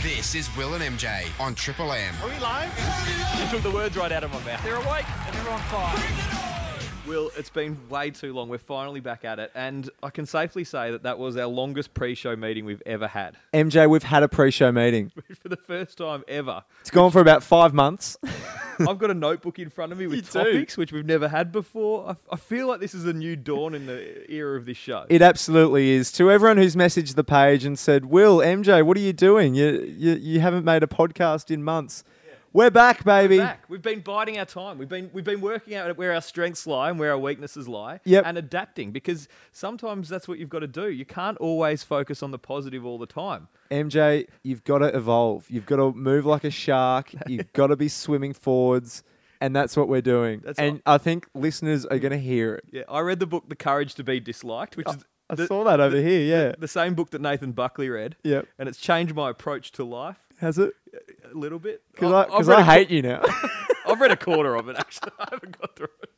This is Will and MJ on Triple M. Are we live? You took the words right out of my mouth. They're awake and they're on fire. Will, it's been way too long. We're finally back at it. And I can safely say that that was our longest pre show meeting we've ever had. MJ, we've had a pre-show meeting. For the first time ever. It's gone for about five months. I've got a notebook in front of me with do. topics which we've never had before. I, I feel like this is a new dawn in the era of this show. It absolutely is. To everyone who's messaged the page and said, "Will, MJ, what are you doing? You you, you haven't made a podcast in months." We're back, baby. back. We've been biding our time. We've been we've been working out where our strengths lie and where our weaknesses lie, Yep. and adapting because sometimes that's what you've got to do. You can't always focus on the positive all the time. MJ, you've got to evolve. You've got to move like a shark. You've got to be swimming forwards, and that's what we're doing. That's and I think listeners are going to hear it. Yeah, I read the book The Courage to Be Disliked, which is I the, saw that over here. Yeah. the same book that Nathan Buckley read. Yep. and it's changed my approach to life Has it? a little bit. Because I, I've- I've 'cause read I a cou- hate you now. I've read a quarter of it actually. I haven't got through it.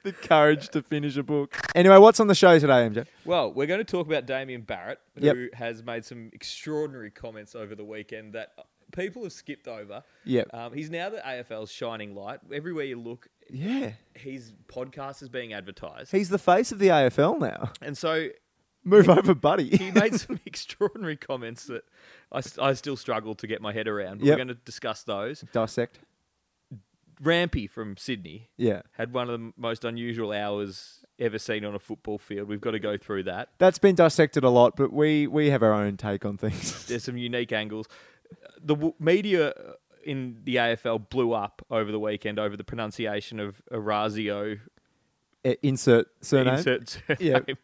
the courage to finish a book. Anyway, what's on the show today, MJ? Well, we're going to talk about Damien Barrett, who Yep. has made some extraordinary comments over the weekend that people have skipped over. Yep. Um, he's now the AFL's shining light. Everywhere you look, Yeah. his podcast is being advertised. He's the face of the AFL now. and so Move over, buddy. he made some extraordinary comments that I, s- I still struggle to get my head around. But Yep. We're going to discuss those. Dissect. Rampy from Sydney Yeah. had one of the most unusual hours ever seen on a football field. We've got to go through that. That's been dissected a lot, but we we have our own take on things. there's some unique angles. The w- media in the AFL blew up over the weekend over the pronunciation of Orazio Uh, Insert surname. insert surname. Yeah.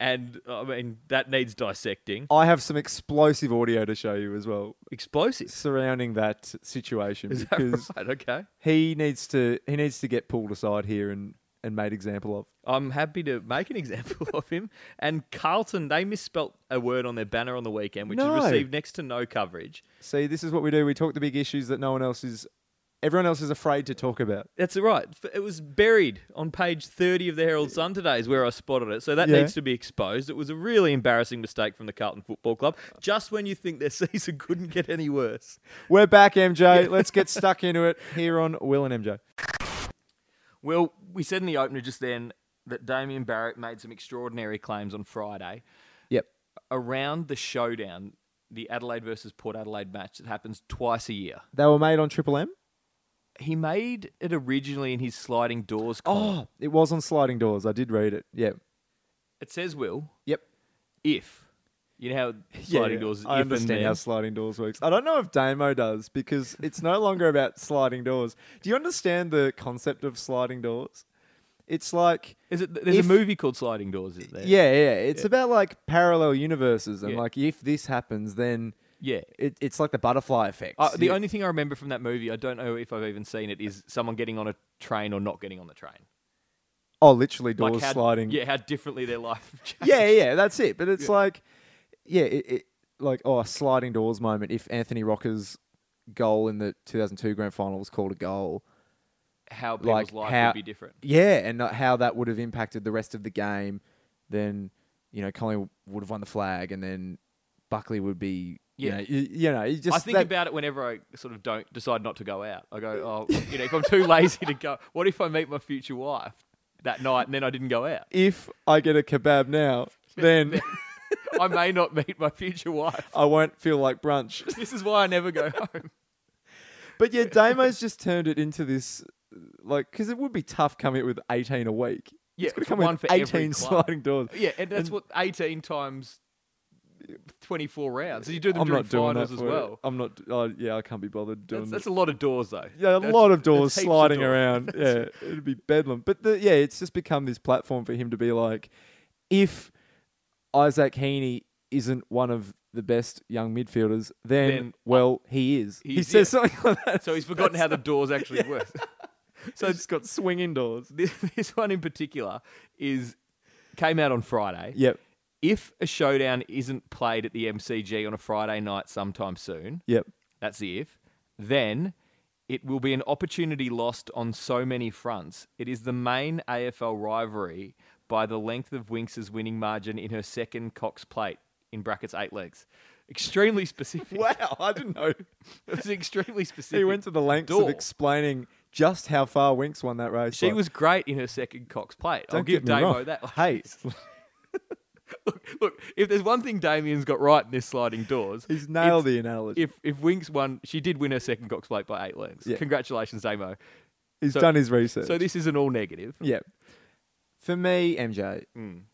And I mean that needs dissecting. I have some explosive audio to show you as well Explosive. surrounding that situation Is that because right? Okay. he needs to he needs to get pulled aside here and and made example of. I'm happy to make an example of him. And Carlton, they misspelt a word on their banner on the weekend, which No. has received next to no coverage. See, this is what we do. We talk the big issues that no one else is everyone else is afraid to talk about. That's right. F- It was buried on page 30 of the Herald Sun today, is where I spotted it. So that Yeah. needs to be exposed. It was a really embarrassing mistake from the Carlton Football Club. Just when you think their season couldn't get any worse. We're back, MJ. Let's get stuck into it here on Will and MJ. Well, we said in the opener just then that Damien Barrett made some extraordinary claims on Friday Yep. around the showdown, the Adelaide versus Port Adelaide match that happens twice a year. They were made on Triple M. He made it originally in his sliding doors column. Oh, it was on sliding doors. I did read it. Yep. It says, Will, Yep. if. You know how sliding doors is I if and understand then. how sliding doors works. I don't know if Damo does because it's no longer about sliding doors. Do you understand the concept of sliding doors? It's like Is it? There's If- a movie called Sliding Doors, isn't there? yeah, yeah. It's about like parallel universes and Yeah. like if this happens, then yeah. it, it's like the butterfly effect. Uh, the You- only thing I remember from that movie, I don't know if I've even seen it, is someone getting on a train or not getting on the train. oh, literally doors Like how, sliding. Yeah, how differently their life. Changed. yeah, yeah, that's it. But it's like, yeah, it, it like oh, a sliding doors moment. If Anthony Rocker's goal in the 2002 grand final was called a goal, How people's like life how would be different. Yeah, and not how that would have impacted the rest of the game. Then you know, Colin would have won the flag, and then Buckley would be. Yeah. Yeah, you know, you, you know, you just I think that- about it whenever I sort of don't decide not to go out. I go, oh, you know, if I'm too lazy to go, what if I meet my future wife that night and then I didn't go out? if I get a kebab now, then I may not meet my future wife. I won't feel like brunch. This is why I never go home. But yeah, Damo's just turned it into this, like, because it would be tough coming up with 18 a week. Yeah, it's going for to come one with for every 18 club. sliding doors. Yeah, and that's what 18 times 24 rounds. You do them I'm during not doing finals that as for it. well. I'm not. Oh, yeah, I can't be bothered doing That's, that. that's a lot of doors, though. Yeah, a That's- lot of doors that's heaps of sliding doors. around. Yeah, it'd be bedlam. But the, yeah, it's just become this platform for him to be like, if Isaac Heaney isn't one of the best young midfielders, then, Then, well, he is. He he's- says something like that. So he's forgotten how the doors actually work. So it's got swinging doors. This, this one in particular is came out on Friday. Yep. If a showdown isn't played at the MCG on a Friday night sometime soon, Yep. that's the if, then it will be an opportunity lost on so many fronts. It is the main AFL rivalry by the length of Winx's winning margin in her second Cox plate, in brackets eight legs. Extremely specific. Wow, I didn't know. It was extremely specific. He went to the lengths of Door. explaining just how far Winks won that race. She by. was great in her second Cox plate. I'll Don't give get me Damo wrong. that. Hey, Look, look, if there's one thing Damien's got right in this sliding doors, he's nailed the analogy. if if Winks won, she did win her second Cox plate by eight lengths. Yeah. Congratulations, Damo. he's so- done his research. So this is an all negative. yeah. For me, MJ, Mm.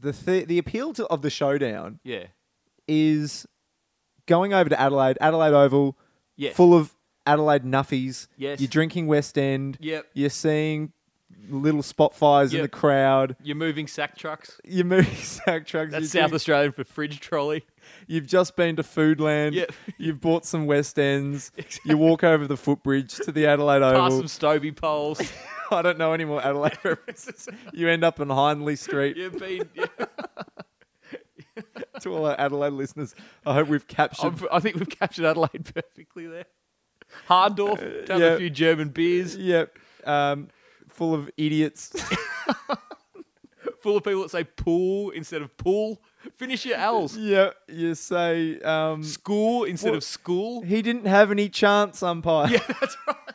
the th- the appeal to, of the showdown Yeah. is going over to Adelaide, Adelaide Oval, Yes. full of Adelaide nuffies. Yes. You're drinking West End. Yep. You're seeing little spot fires in Yep. the crowd. You're moving sack trucks. You're moving sack trucks. That's you're South Australian for fridge trolley. You've just been to Foodland. Yep. You've bought some West Ends. You walk over the footbridge to the Adelaide Pass Oval. some Stoby poles. I don't know any more Adelaide references. You end up on Hindley Street. You've been. yeah, To all our Adelaide listeners, I hope we've captured. I've- I think we've captured Adelaide perfectly there. Hardorf, done Uh, yeah. a few German beers, Yep. Um, full of idiots. full of people that say pool instead of pool. Finish your L's. yep. You say um, School instead What- of school. he didn't have any chance, umpire. Yeah, that's right.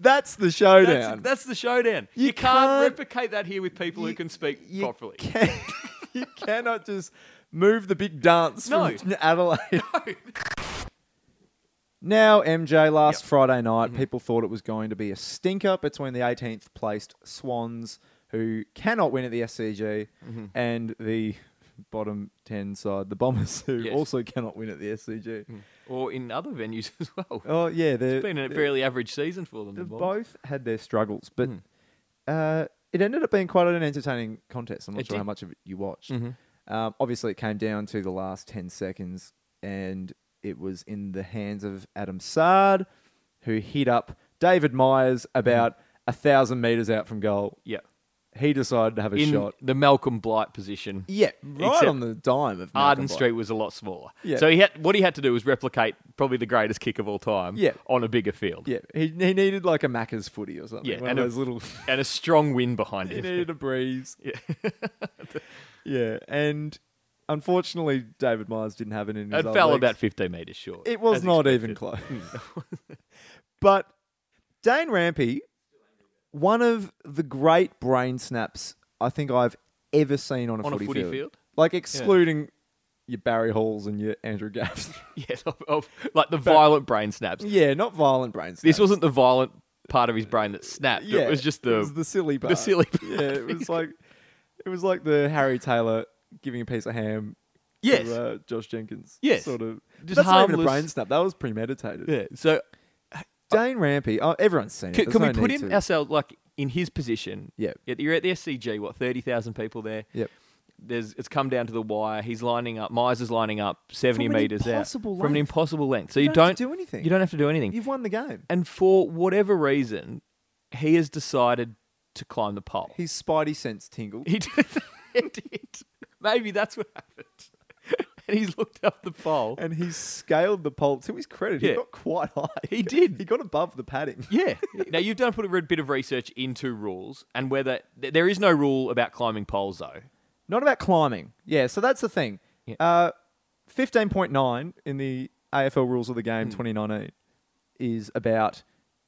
That's the That's, showdown. that's the showdown. You You, can't, can't- replicate that here with people you- who can speak you properly. Can, you cannot just move the big dance No. from Adelaide. Now, MJ, last Friday night, Mm-hmm. people thought it was going to be a stinker between the 18th placed Swans, who cannot win at the SCG, Mm-hmm. and the bottom 10 side, the Bombers, who Yes. also cannot win at the SCG. Or in other venues as well. Oh, yeah, they're, It's been a they're- fairly average season for them. the they've Bombs. both had their struggles, but Hmm. uh, it ended up being quite an entertaining contest. I'm not It sure how did. Mm-hmm. much of it you watched. Um, obviously, it came down to the last 10 seconds, and it was in the hands of Adam Sard, who hit up David Myers Mm-hmm. about a thousand metres out from goal. Yeah. He decided to have a In shot. the Malcolm Blight position. Yeah, right Except on the dime of Arden Malcolm Blight. Street was a lot smaller. Yeah. So he had what he had to do was replicate probably the greatest kick of all time Yeah. on a bigger field. Yeah, he, he needed like a Macca's footy or something. Yeah, one and of a- those little. And a strong wind behind he him. needed a breeze. Yeah. Yeah, and unfortunately, David Myers didn't have it in his and old fell legs. about 15 metres short. It was as not expected. Hmm. even close. but Dane Rampy, one of the great brain snaps I think I've ever seen on a, On a footy, footy field. field? Like excluding your Barry Halls and your Andrew Gaffs. Yes, of, of- like the violent brain snaps. yeah, not violent brain snaps. This wasn't the violent part of his brain that snapped. Yeah, It was just the, it was the silly part. silly part. Yeah, it was like it was like the Harry Taylor giving a piece of ham yes. to uh, Josh Jenkins. Yes. sort of. Just That's not even a harmless- brain snap. That was premeditated. yeah. So Dane Rampy. Oh, everyone's seen it. can, There's can we no put need in to. ourselves like in his position? Yeah. Yet You're at the SCG. What thirty thousand people there? Yep. There's it's come down to the wire. He's lining up. Myers is lining up seventy From an meters out impossible from an length. impossible length. So You you, don't have don't to do anything. You don't have to do anything. You've won the game. and for whatever reason, he has decided to climb the pole. His spidey sense tingled. He did. he did. Maybe that's what happened. and he's looked up the pole. And he scaled the pole. To his credit, he Yeah. got quite high. He did. He got above the padding. Yeah. now you've done put a bit of research into rules and whether th- there is no rule about climbing poles though. Not about climbing. Yeah, so that's the thing. Yeah. Uh, 15.9 in the AFL Rules of the Hmm. Game 2019 is about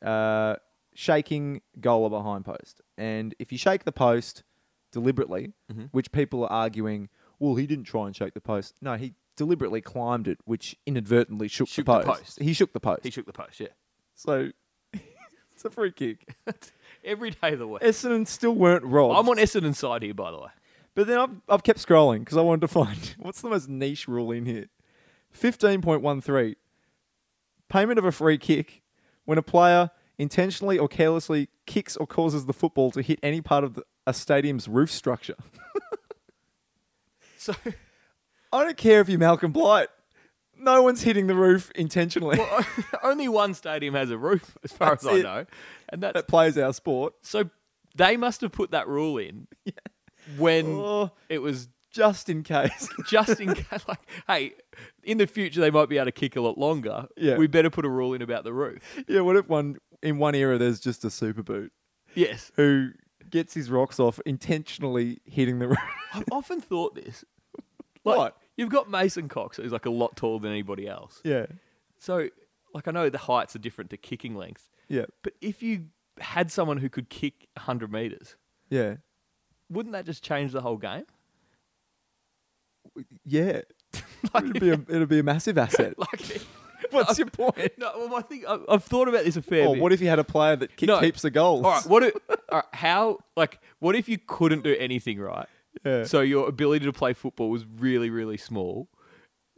uh, shaking goal or behind post. And if you shake the post deliberately, Mm-hmm. which people are arguing, well, he didn't try and shake the post. No, he deliberately climbed it, which inadvertently shook, Shook the, the post. post. He shook the post. He shook the post. Yeah. so it's a free kick. Every day of the week. Essendon still weren't robbed. I'm on Essendon side here, by the way. But then I've, I've kept scrolling because I wanted to find what's the most niche rule in here. 15.13 Payment of a free kick when a player intentionally or carelessly kicks or causes the football to hit any part of the, a stadium's roof structure. So I don't care if you're Malcolm Blight. No one's hitting the roof intentionally. only one stadium has a roof, as far That's as I it. know, and that's that plays our sport. so they must have put that rule in when Oh. it was Just in case. just in case. Like, hey, in the future they might be able to kick a lot longer. Yeah. we better put a rule in about the roof. yeah, what if one in one era there's just a super boot Yes, who gets his rocks off intentionally hitting the roof? I've often thought this. Like, What? You've got Mason Cox, who's like a lot taller than anybody else. Yeah. So, like, I know the heights are different to kicking length, Yeah. but if you had someone who could kick 100 meters, Yeah. wouldn't that just change the whole game? Yeah. it'd, be a, it'd be a massive asset. Like, What's your point? no, well, I think I- I've thought about this a fair Or bit. Oh, what if you had a player that kicked No. heaps of goals? All right, what? If, all right, how? Like, what if you couldn't do anything right? Yeah. So your ability to play football was really, really small,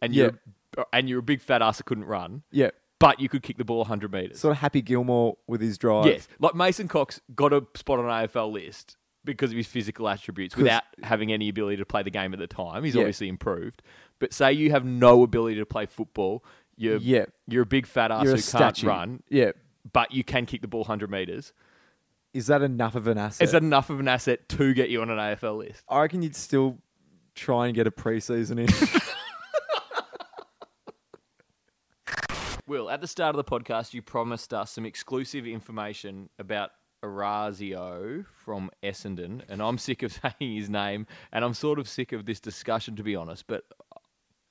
and Yeah. you're and you're a big fat ass that couldn't run, Yeah. but you could kick the ball 100 meters. Sort of Happy Gilmore with his drive. yes, like Mason Cox got a spot on an AFL list because of his physical attributes without having any ability to play the game at the time. He's Yeah. obviously improved, but say you have no ability to play football, you're Yeah. you're a big fat ass You're who a Ah, can't statue. run, Yeah. but you can kick the ball 100 meters. Is that enough of an asset? Is that enough of an asset to get you on an AFL list? I reckon you'd still try and get a preseason in. Will, at the start of the podcast, you promised us some exclusive information about Orazio from Essendon, and I'm sick of saying his name, and I'm sort of sick of this discussion, to be honest. But uh,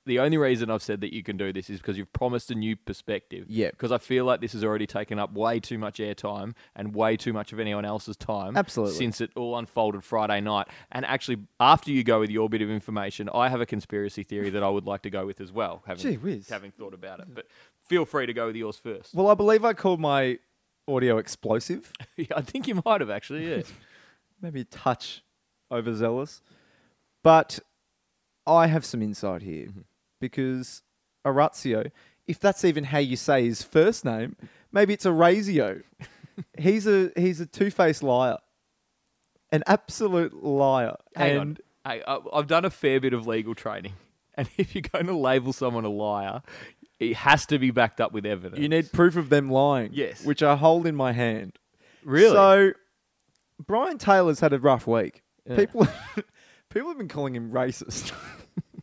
the only reason I've said that you can do this is because you've promised a new perspective. Yeah. Because I feel like this has already taken up way too much airtime and way too much of anyone else's time. Absolutely. Since it all unfolded Friday night. And actually, after you go with your bit of information, I have a conspiracy theory that I would like to go with as well. Having, Gee whiz. Having thought about it. But feel free to go with yours first. well, I believe I called my audio explosive. I think you might have actually, yeah. Maybe a touch overzealous. But I have some insight here Mm-hmm. because Orazio, if that's even how you say his first name, maybe it's Orazio. he's a he's a two faced liar. An absolute liar. Hang and on. Hey, I- I've done a fair bit of legal training. And if you're going to label someone a liar, it has to be backed up with evidence. you need proof of them lying. Yes. Which I hold in my hand. Really? So Brian Taylor's had a rough week. People people have been calling him racist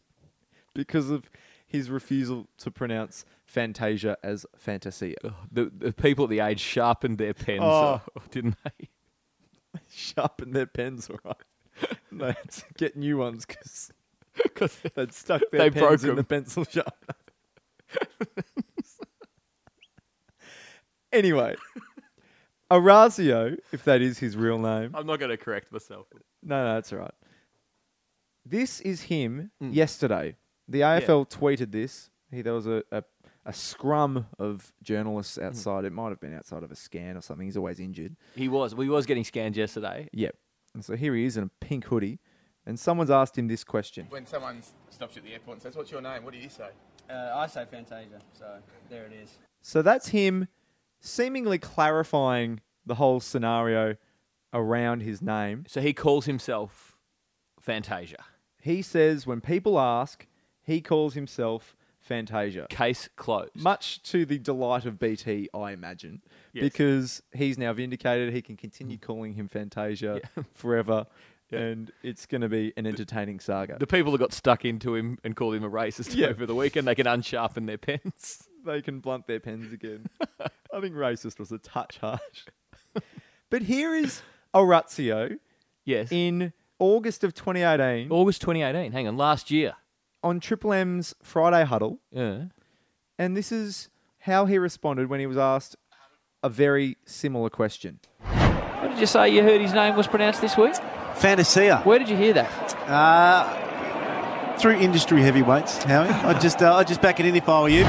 because of his refusal to pronounce Fantasia as Fantasia. the, the people at the age sharpened their pens, Oh. uh, didn't they? Sharpen their pens, all right. And they had to get new ones because they'd stuck They their pens broke in 'em. the pencil sharpener. anyway, Orazio, if that is his real name, I'm not going to correct myself. No, no, that's all right. This is him Hmm. yesterday. The AFL tweeted this. He, there was a, a, a scrum of journalists Hmm. outside. It might have been outside of a scan or something. He's always injured. He was. We was getting scanned yesterday. Yep. And so here he is in a pink hoodie. And someone's asked him this question. When someone stops you at the airport and says, "What's your name?" What do you say? Uh, I say Fantasia, so there it is. So that's him seemingly clarifying the whole scenario around his name. So he calls himself Fantasia. He says when people ask, he calls himself Fantasia. Case closed. much to the delight of BT, I imagine, Yes. because he's now vindicated. He can continue calling him Fantasia forever, and it's going to be an entertaining saga. the people that got stuck into him and called him a racist Yeah. over the weekend, they can unsharpen their pens. they can blunt their pens again. I think racist was a touch harsh. but here is Orazio Yes. in August of 2018 August 2018. Hang on, last year. on Triple M's Friday Huddle, Yeah. and this is how he responded when he was asked a very similar question. What did you say you heard his name was pronounced this week? Fantasia Where did you hear that? through industry heavyweights, Howie. I'd just, uh, I'd just back it in if I were you.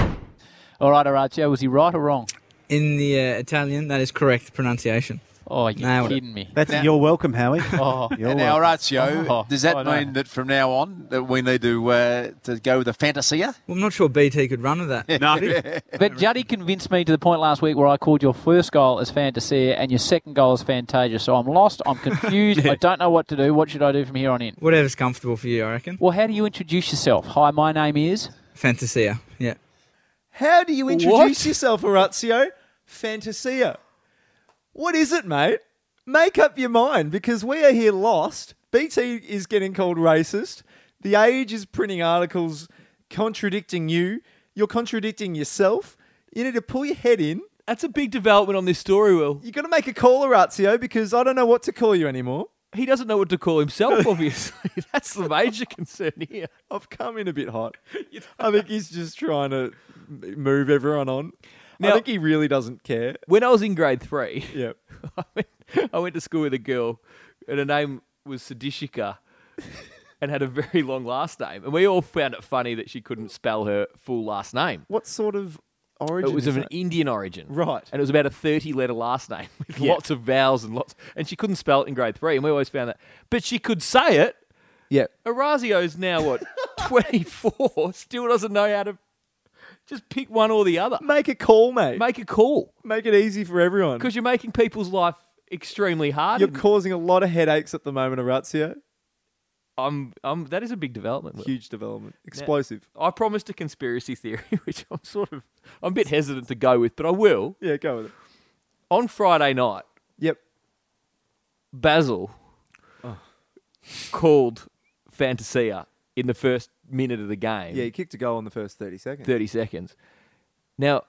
All right, Horatio, was he right or wrong? In the uh, Italian, that is correct pronunciation. Oh, you're Nailed it. kidding me. That's you're welcome, Howie. Oh, You're Now, welcome. Ratio, Oh, does that I know. mean that from now on that we need to uh, to go with a fantasia? Well, I'm not sure BT could run with that. But Juddy convinced me to the point last week where I called your first goal as Fantasia and your second goal as Fantasia. So I'm lost, I'm confused, I don't know what to do. What should I do from here on in? Whatever's comfortable for you, I reckon. Well, how do you introduce yourself? Hi, my name is. Fantasia, yeah. How do you introduce What? yourself, Orazio? Fantasia. What is it, mate? Make up your mind because we are here lost. BT is getting called racist. The Age is printing articles contradicting you. You're contradicting yourself. You need to pull your head in. That's a big development on this story, Will. You've got to make a call, Orazio, because I don't know what to call you anymore. He doesn't know what to call himself, obviously. That's the major concern here. I've come in a bit hot. I think he's just trying to m- move everyone on. I Now- think he really doesn't care. When I was in grade three, Yeah. I went, I went to school with a girl, and her name was Sadishika, and had a very long last name. And we all found it funny that she couldn't spell her full last name. What sort of origin? It was is of an that? Indian origin, Right. And it was about a thirty-letter last name with lots of vowels and lots. And she couldn't spell it in grade three, and we always found that. But she could say it. e- yeah. Erazio's now what twenty-four, still doesn't know how to just pick one or the other. Make a call, mate. Make, Make a call it easy for everyone. because you're making people's life extremely hard. You're and causing a lot of headaches at the moment, Orazio. I'm, I'm, that is a big development. Will. Huge development. Explosive. I promised a conspiracy theory, which I'm sort of, I'm a bit hesitant to go with, but I will. Yeah, go with it. On Friday night, Yep. Basil Oh. called Fantasia in the first minute of the game, Yeah, he kicked a goal in the first 30 seconds. 30 seconds. Now,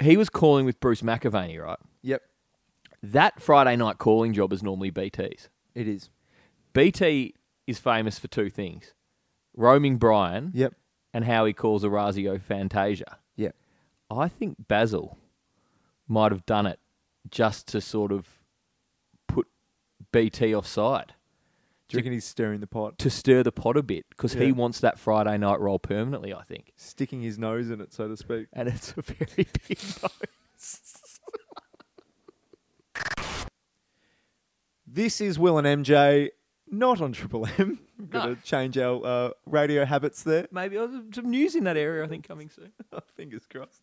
he was calling with Bruce McAvaney, right? Yep. That Friday night calling job is normally BT's. It is. BT is famous for two things roaming Brian Yep. and how he calls Orazio Fantasia. Yep. I think Basil might have done it just to sort of put BT offside Do you reckon he's stirring the pot? to stir the pot a bit because Yeah. he wants that Friday night role permanently, I think. Sticking his nose in it, so to speak. And it's a very big nose. This is Will and MJ, not on Triple M. Got No. to change our uh, radio habits there. Maybe oh, there's some news in that area, I think, coming soon. Fingers crossed.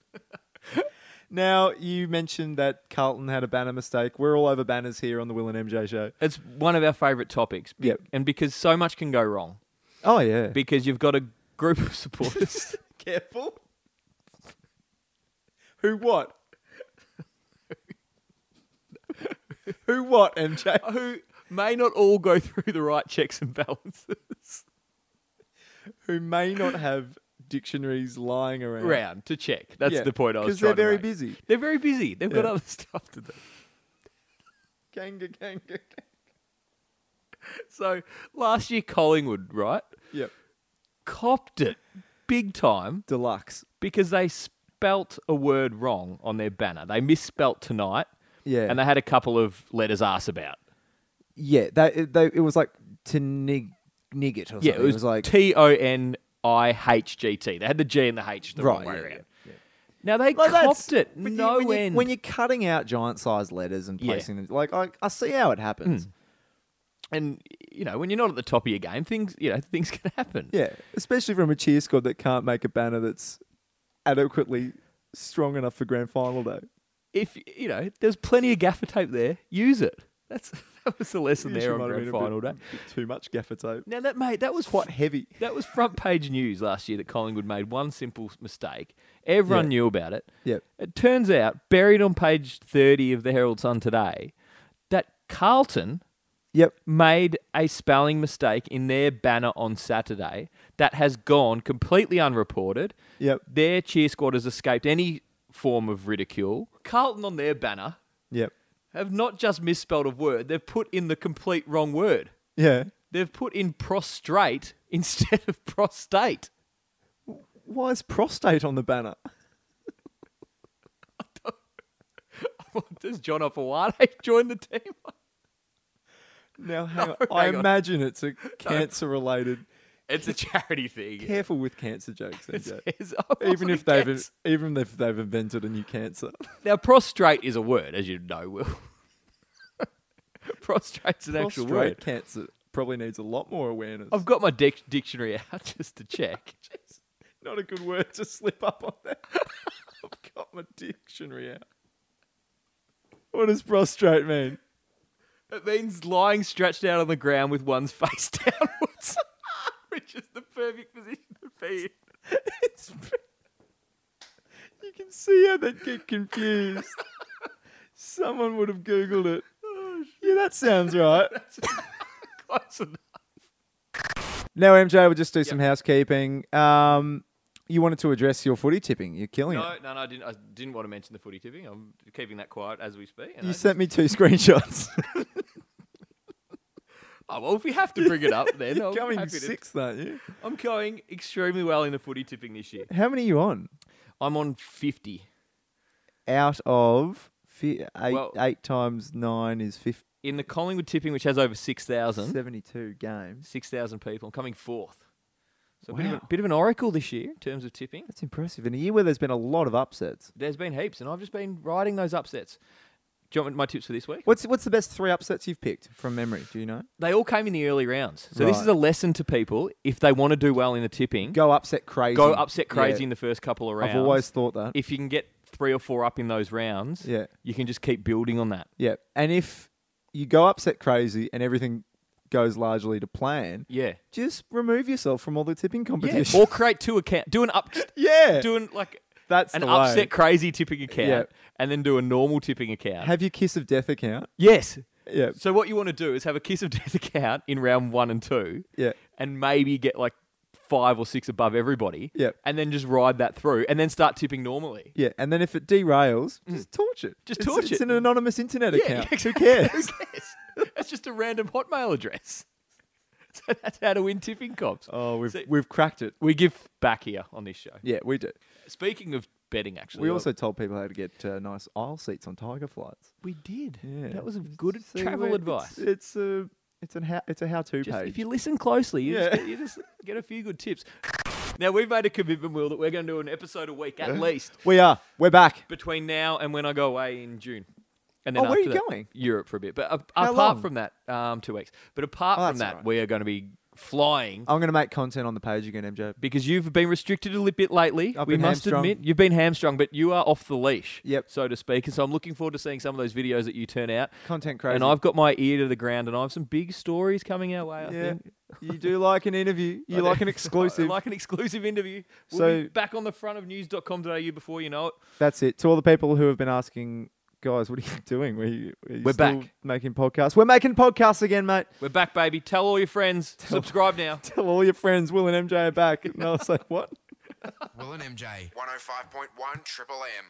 now, you mentioned that Carlton had a banner mistake. We're all over banners here on the Will and MJ show. It's one of our favourite topics. be- Yep. And because so much can go wrong, Oh, yeah. Be because you've got a group of supporters. careful. Who what? Who what, MJ? who may not all go through the right checks and balances Who may not have dictionaries lying around. round to check. That's Yeah, the point I was they're trying very to make. busy. They're very busy. They've got Yeah. other stuff to do. Ganga, ganga, ganga. So last year, Collingwood, right, Yep. copped it big time Deluxe. because they spelt a word wrong on their banner. They misspelt tonight, Yeah. and they had a couple of letters ass about. Yeah, they, they, it was like to nig, nigget or something. Yeah, it was, like T O N I H G T. They had the G and the H the wrong Right, way yeah, around. yeah, Now they Like, that's- copped it. but you- No when, end. You, when you're cutting out giant size letters and Yeah. Hmm. placing them, like I, I see how it happens. and you know when you're not at the top of your game, things you know things can happen. Yeah, especially from a cheer squad that can't make a banner that's adequately strong enough for grand final day. if you know, there's plenty of gaffer tape there. Use it. That's that was the lesson This there on might have grand been a final bit- day. bit Too much gaffer tape. Now that mate, that was quite heavy. That was front page news last year that Collingwood made one simple mistake. Everyone Yeah. knew about it. Yep. It turns out, buried on page 30 of the Herald Sun today, that Carlton Yep. made a spelling mistake in their banner on Saturday that has gone completely unreported. Yep. Their cheer squad has escaped any form of ridicule. Carlton on their banner Yep. have not just misspelled a word, they've put in the complete wrong word. Yeah. They've put in prostrate instead of prostate. Why is prostate on the banner? Does John Opawade join the team? Now, hang on. hang I on. imagine it's a cancer related. It's a charity thing. Careful with cancer jokes, It's- MJ. it's- I Even wasn't if they've against- even if they've invented a new cancer. now prostrate is a word, as you know, Will. Prostrate's an actual word. Prostrate cancer probably needs a lot more awareness. I've got my dic- dictionary out just to check. not a good word to slip up on that. I've got my dictionary out. What does prostrate mean? it means lying stretched out on the ground with one's face downwards, which is the perfect position to be in. It's pre- you can see how they get confused. Someone would have googled it. Oh, yeah, that sounds right. Close enough. now, MJ, we'll just do some housekeeping. Um, you wanted to address your footy tipping. You're killing No, it. no, no, I didn't. I didn't want to mention the footy tipping. I'm keeping that quiet as we speak. and I You just- sent me two screenshots. Oh, well, if we have to bring it up, then I'm Coming happy to- sixth, aren't you? I'm going extremely well in the footy tipping this year. How many are you on? I'm on 50. Out of fi- eight, Well- eight times nine is 50, In the Collingwood tipping, which has over 6,000, 72 games. 6,000 people, I'm coming fourth. So a, bit of a Wow. bit of an oracle this year in terms of tipping. That's impressive. In a year where there's been a lot of upsets. There's been heaps, and I've just been riding those upsets. Do you want my tips for this week? What's what's the best three upsets you've picked from memory? Do you know? They all came in the early rounds. So this Right. is a lesson to people if they want to do well in the tipping, go, Go upset crazy. upset Yeah. crazy in the first couple of rounds. I've always thought that. if you can get three or four up in those rounds, Yeah. you can just keep building on that. yeah. And if you go upset crazy and everything goes largely to plan, Yeah. just remove yourself from all the tipping Yeah. competition. or create two accounts. Do an up Yeah. doing like That's an the upset way. crazy tipping account Yeah. and then do a normal tipping account. Have your kiss of death account. yes. Yeah. So what you want to do is have a kiss of death account in round one and two. Yeah. And maybe get like five or six above everybody. Yeah. And then just ride that through and then start tipping normally. Yeah, and then if it derails, just torch it. Mm. Just It's- torch it. it's an anonymous internet Yeah, account. Who exactly. cares? cares? That's just a random hotmail address. So that's how to win tipping comps. Oh, we've So- we've cracked it. We give back here on this show. Yeah, we do. Speaking of betting, actually, We I- also told people how to get uh, nice aisle seats on Tiger flights. we did. Yeah. That was a good See, travel we're- advice. It's, it's a it's an how, it's a how to Just page. if you listen closely, you, Yeah. just, get, you just get a few good tips. Now we've made a commitment, Will, that we're going to do an episode a week at least we are. We're back. between now and when I go away in June. And then Oh, where are after you that, going? Europe for a bit, but a- How apart long? from that, um, two weeks. But apart Oh, from that, that's Oh. all right. we are going to be flying I'm going to make content on the page again, MJ. because you've been restricted a little bit lately. I've we been must hamstrung. admit you've been hamstrung, but you are off the leash, Yep. so to speak. And so I'm looking forward to seeing some of those videos that you turn out. Content crazy. And I've got my ear to the ground, and I have some big stories coming our way. I yeah. think. you do like an interview. You I like do. an exclusive. I like an exclusive interview. We'll So- be back on the front of news.com.au before you know it. That's it. To all the people who have been asking, guys, what are you doing? Were you, are you We're still back. making podcasts. We're making podcasts again, mate. We're back, baby. Tell all your friends. Subscribe now. Tell all your friends Will and MJ are back. And I was like, what? oh Will and MJ, 105.1 Triple M.